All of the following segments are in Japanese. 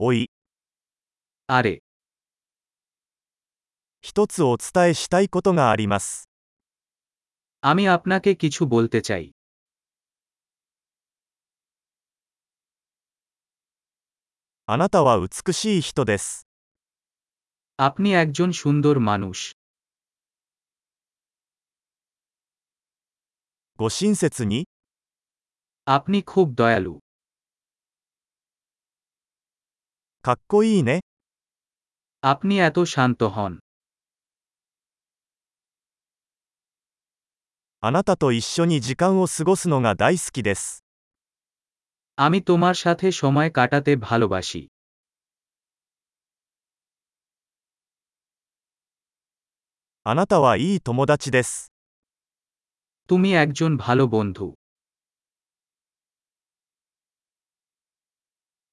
おい、あれ、一つお伝えしたいことがあります。 আমি আপনাকে কিছু বলতে চাই あなたは美しい人です。 আপনি একজন সুন্দর মানুষ ご親切に、 আপনি খুব দয়ালু かっこいいね。 আপনি এত শান্ত হন あなたと一緒に時間を過ごすのが大好きです。 আমি তোমার সাথে সময় কাটাতে ভালোবাসি あなたはいい友達です。 তুমি একজন ভালো বন্ধু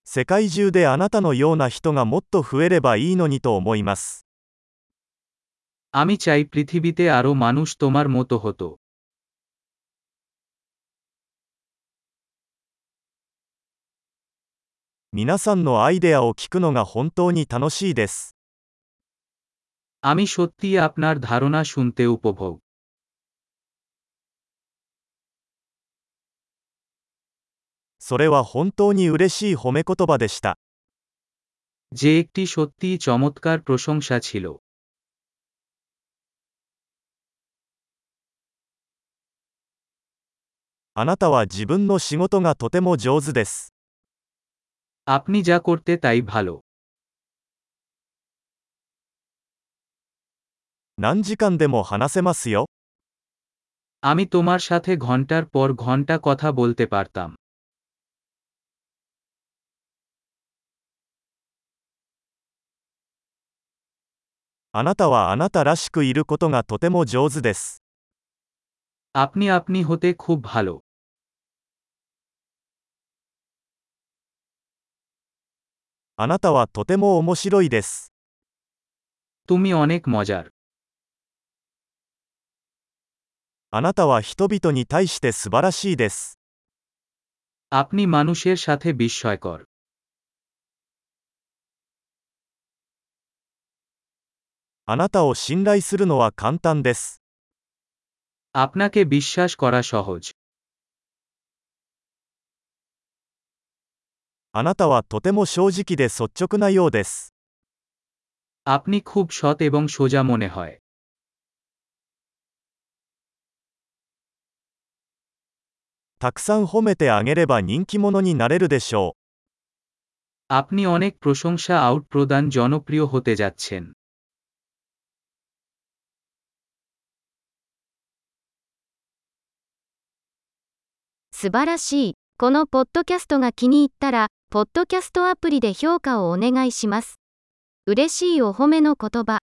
世界中であなたのような人がもっと増えればいいのにと思います。 আমি চাই পৃথিবীতে আরও মানুষ তোমার মতো হতো 皆さんのアイデアを聞くのが本当に楽しいです。 আমি সত্যিই আপনার ধারণা শুনতে উপভোগ それは本当に嬉しい褒め言葉でした。 যে একটি সত্যিই চমৎকার প্রশংসা ছিল あなたは自分の仕事がとても上手です。 আপনি যা করতে তাই ভালো 何時間でも話せますよ。 আমি তোমার সাথে ঘন্টার পর ঘন্টা কথা বলতে পারতাম あなたはあなたらしくいることがとても上手です。 আপনি আপনি হতে খুব ভালো あなたはとても面白いです。 তুমি অনেক মজার あなたは人々に対して素晴らしいです。 আপনি মানুষের সাথে বিস্ময়কর あなたを信頼するのは簡単です。 আপনাকে বিশ্বাস করা সহজ あなたはとても正直で率直なようです。 আপনি খুব সৎ এবং সোজা মনে হয় たくさん褒めてあげれば人気者になれるでしょう。 আপনি অনেক প্রশংসা আউট প্রদান জনপ্রিয় হতে যাচ্ছেন 素晴らしい。このポッドキャストが気に入ったら、ポッドキャストアプリで評価をお願いします。嬉しいお褒めの言葉。